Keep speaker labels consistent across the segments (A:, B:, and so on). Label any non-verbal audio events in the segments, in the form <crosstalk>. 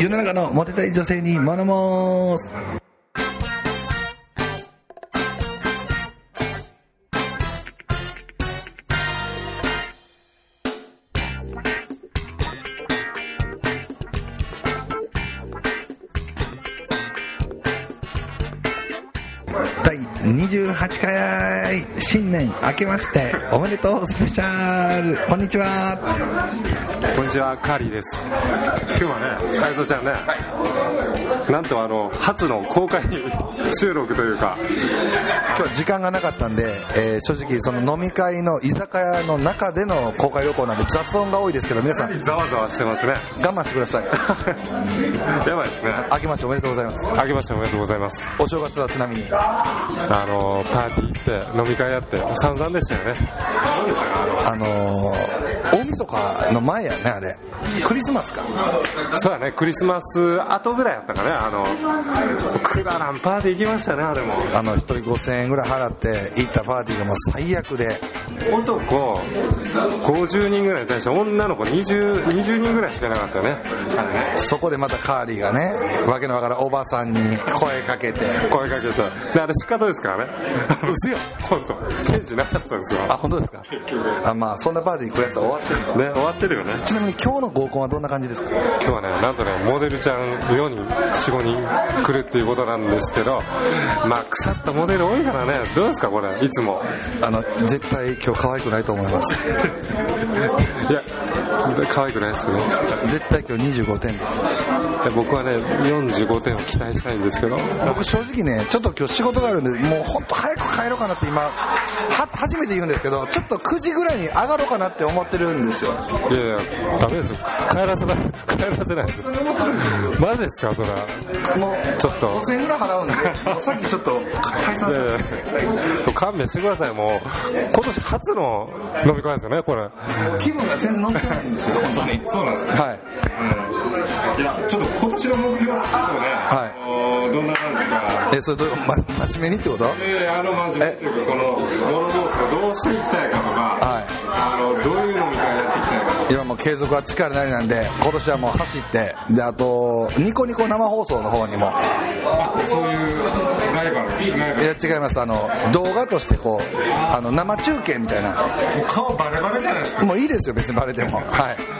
A: 世の中のモテたい女性に学ぼう第28回新年明けましておめでとうスペシャルこんにちは
B: こんにちは、カーリーです。今日はね、斉藤ちゃんね、なんとあの、初の公開 <laughs> 収録というか、
C: 今日時間がなかったんで、えー正直その飲み会の居酒屋の中での公開旅行なんで雑音が多いですけど皆さん
B: ざわざわしてますね。
C: 我慢してください
B: <laughs> やばいですね。
C: 明けましておめでとうございます
B: あけましておめでとうございます。
C: お正月はちなみに
B: あの、パーティー行って、飲み会やって、散々でしたよね。どうでしたか
C: あのー、大晦日の前やねあれクリスマスか
B: そうだね、クリスマス後ぐらいやったかね、あの、くだらんパーティー行きましたね、あれも。
C: あの1人5000円ぐらい払って行ったパーティーがもう最悪で
B: 男50人ぐらいに対して女の子 20, 20人ぐらいしかいなかったよね。あれね。
C: そこでまたカーリーがねわけのわからんおばさんに声かけて
B: 声かけてであれ仕方ですからね嘘や本当検事なかったんですよ
C: あ本当ですかあまあそんなパーティーに来るやつは終わってるの
B: ね終わってるよね
C: ちなみに今日の合コンはどんな感じですか
B: 今日はねなんとねモデルちゃん4人45人来るっていうことなんですけどまあ腐ったモデル多いからねどうですかこれいつも
C: あの絶対今日可愛くないと思います
B: いや可愛くないですよ
C: 絶対今日25点です
B: いや僕はね45点を期待したいんですけど
C: 僕正直ねちょっと今日仕事があるんでもうほんと早く帰ろうかなって今は初めて言うんですけどちょっと9時ぐらいに上がろうかなって思ってるんですよ
B: いやいやダメですよ帰らせない帰らせないですよマジですかそれ
C: もう
B: ちょっと
C: 5000円ぐらい払うんでもうさっきちょっと解散
B: い
C: さ
B: やいや勘弁してください、もう。今年初の飲み会ですよね、これ。
C: 気分が全然乗ってないんですよ
D: 本当にそうなんですね
C: はい
D: いやちょっと今年の目標を聞くとね、
C: はい
D: あのどんな感じか
C: えそれどうま真面目にってこと
D: であの真面目というかこのモノボースをどうしていきたいかとか、
C: はい
D: あのどういう飲み会やっていきたいか
C: 今もう継続は力なりなんで今年はもう走ってであとニコニコ生放送の方にも
D: とかそういうライバルライバ
C: い
D: ル
C: や違いますあの動画としてこうあの生中継みたいな
D: もう顔バレバレじゃないですか
C: もういいですよ別にバレてもは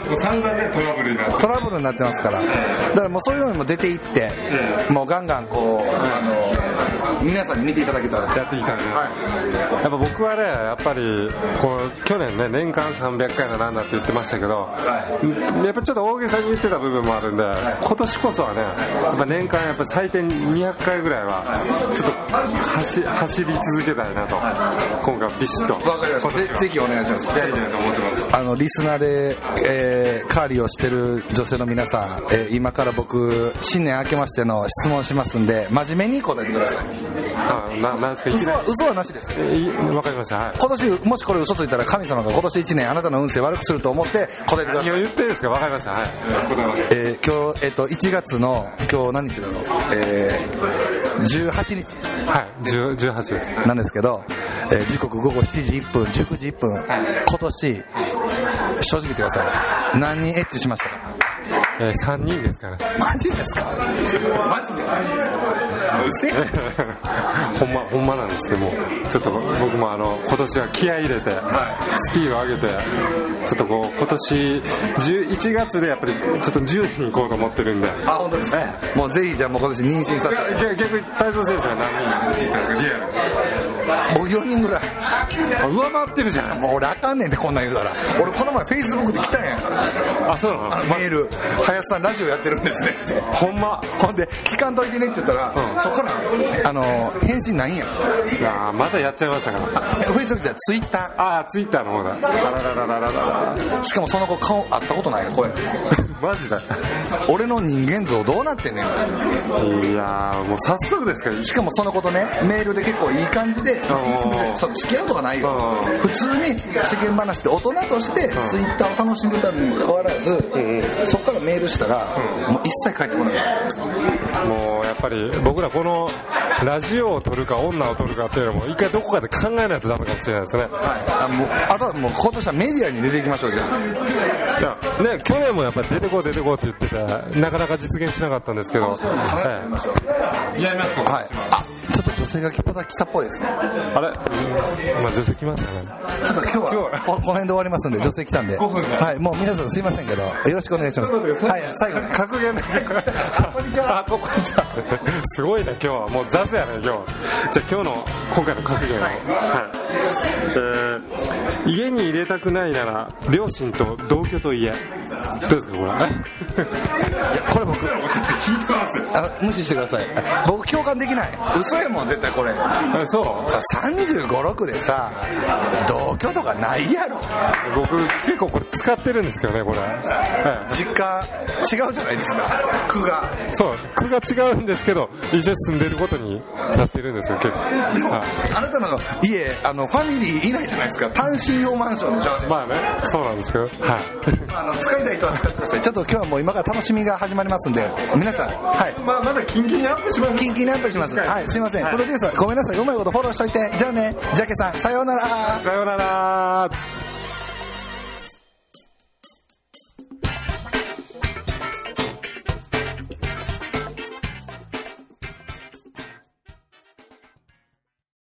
C: い
D: もう散々ねトラブルになって
C: トラブルになってますからだからもうそういうのにも出ていってもうガンガンこうあの皆さんに見ていただけたら
B: やっていきたいね。やっぱ僕はね、やっぱり、こう、去年ね、年間300回だなんだって言ってましたけど、やっぱちょっと大げさに言ってた部分もあるんで、今年こそはね、やっぱ年間やっぱ最低200回ぐらいは、ちょっと走走り続けたいなと、今回はビシッと。
C: ぜぜひお願いします
D: やりたいと思ってます
C: あのリスナーで、えーカーリーをしてる女性の皆さん、えー今から僕新年明けましての質問しますんで真面目に答えてください
B: あななんですか、いきな
C: 嘘
B: り
C: は嘘はなしですよ
B: えい。わかりました、はい。
C: 今年もしこれ嘘ついたら神様が今年1年あなたの運勢悪くすると思って答えてください
B: 何を言ってるんですか、わかりました、はい。
C: えー今日、えっと、1月の今日何日だろう、えー、18日
B: はい、10 18です。
C: なんですけど、えー時刻午後7時1分19時1分、今年正直言ってください何人エッチしましたか
B: えー、3人ですから。
C: マジですかマジで
B: <laughs> ほんま、ほんまなんですけども、ちょっと僕もあの、今年は気合い入れて、スキーを上げて、ちょっとこう、今年、11月でやっぱり、ちょっと10人行こうと思ってるんで、
C: あ本当ですかもうぜひじゃあもう今年妊娠させて
B: 逆逆に体操先生は何人
C: 僕4人ぐらい
B: あ上回ってるじゃん。
C: もう俺あかんねんってこんなん言うたら俺この前フェイスブックで来たんやん
B: あ、そうなの、
C: あのメール「林さんラジオやってるんですね」って
B: ほんま。
C: ほんで「聞かんといてね」って言ったら、そこらあの返信ないんや
B: いやーまだやっちゃいましたから。
C: フェイスブックではツイッター
B: あー、ツイッターの方だ。あらららららら。
C: しかもその子顔会ったことないよこれ
B: マジだ。
C: <laughs> 俺の人間像どうなってんねん
B: いやーもう早速ですから、
C: しかもその子とねメールで結構いい感じで
B: ん
C: <laughs> そう付き合うとかないよ
B: うん
C: 普通に世間話で大人としてツイッターを楽しんでたにもかかわらずそっからメールしたらもう一切返ってこない
B: もうやっぱり僕らこのラジオを撮るか女を撮るかっていうのも一回どこかで考えないとダメかもしれないですね
C: あもうあとはもう今年はメディアに出ていきましょうじゃ
B: い
C: あ
B: やね去年もやっぱり出てこう出てこうって言っててなかなか実現しなかったんですけど、はい
D: やりますか
C: はいあちょっと女性が来た来たっぽいですね
B: あれ、まあ、女性来ましたね
C: ちょっと今日はここの辺で終わりますんで女性来たんで
D: 分で
C: はいもう皆さんすいませんけどよろしくお願いしますはい最後に
B: 格言だけこんにちはあこんにちはすごいな今日はもう雑やね今日はじゃあ今日の今回の格言をはい、えー、家に入れたくないなら両親と同居と家どうです <laughs> かこれ
C: これ僕あ無視してください僕共感できない嘘やもん絶対これ
B: えそう
C: さ3 5六6でさ同居とかないやろ
B: 僕結構これ使ってるんですけどねこれ、は
C: 実家違うじゃないですか区が
B: い、そう句が違うんですけど一緒に住んでることになってるんですよ結構、はい、
C: あなたの家あのファミリーいないじゃないですか単身用マンションでしょ
B: まあねそうなんですけどはい
C: あの使いたい人は使ってくださいちょっと今日はもう今から楽しみが始まりますんで皆さんはい
D: まあまだキンキンにアップします
C: キンキンにアップしますはいすいませんプロデューサーごめんなさいうまいことフォローしといてじゃあねジャケさんさようなら
B: さようなら